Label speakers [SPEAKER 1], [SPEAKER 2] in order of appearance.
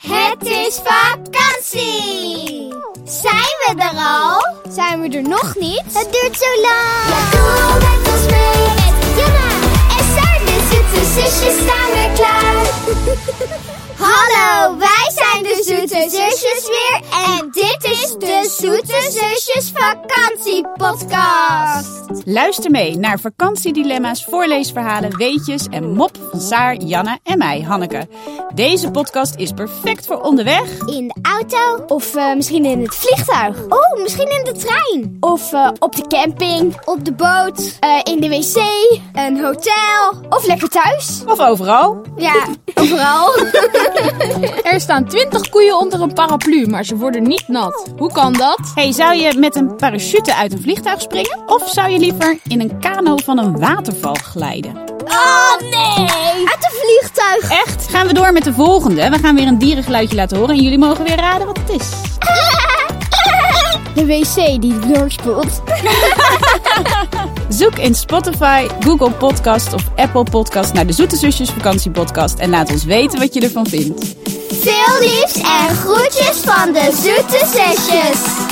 [SPEAKER 1] Het is vakantie! Zijn we er al? Zijn we er nog niet? Het duurt zo lang! Ja, kom met ons mee! Met Janna en Saar, de zoete zusjes staan weer klaar! Hallo, wij zijn de zoete zusjes weer en dit is de zoete zusjes vakantiepodcast!
[SPEAKER 2] Luister mee naar vakantiedilemma's, voorleesverhalen, weetjes en mop van Saar, Janne en mij, Hanneke. Deze podcast is perfect voor onderweg.
[SPEAKER 1] In de auto. Of eh, misschien in het vliegtuig. Oh, misschien in de trein. Of eh, op de camping. Op de boot. eh, in de wc. Een hotel. Of lekker thuis.
[SPEAKER 2] Of overal.
[SPEAKER 1] Ja, overal.
[SPEAKER 3] Er staan 20 koeien onder een paraplu, maar ze worden niet nat. Hoe kan dat?
[SPEAKER 2] Hey, zou je met een parachute uit een vliegtuig springen? Of zou je liever in een kano van een waterval glijden?
[SPEAKER 1] oh nee! Uit een vliegtuig.
[SPEAKER 2] Echt? Gaan we door met de volgende. We gaan weer een dierengeluidje laten horen en jullie mogen weer raden wat het is.
[SPEAKER 1] De wc die doorspoelt.
[SPEAKER 2] Zoek in Spotify, Google Podcast of Apple Podcast naar de Zoete Zusjes Vakantiepodcast en laat ons weten wat je ervan vindt.
[SPEAKER 1] Veel liefs en groetjes van de zoete zusjes.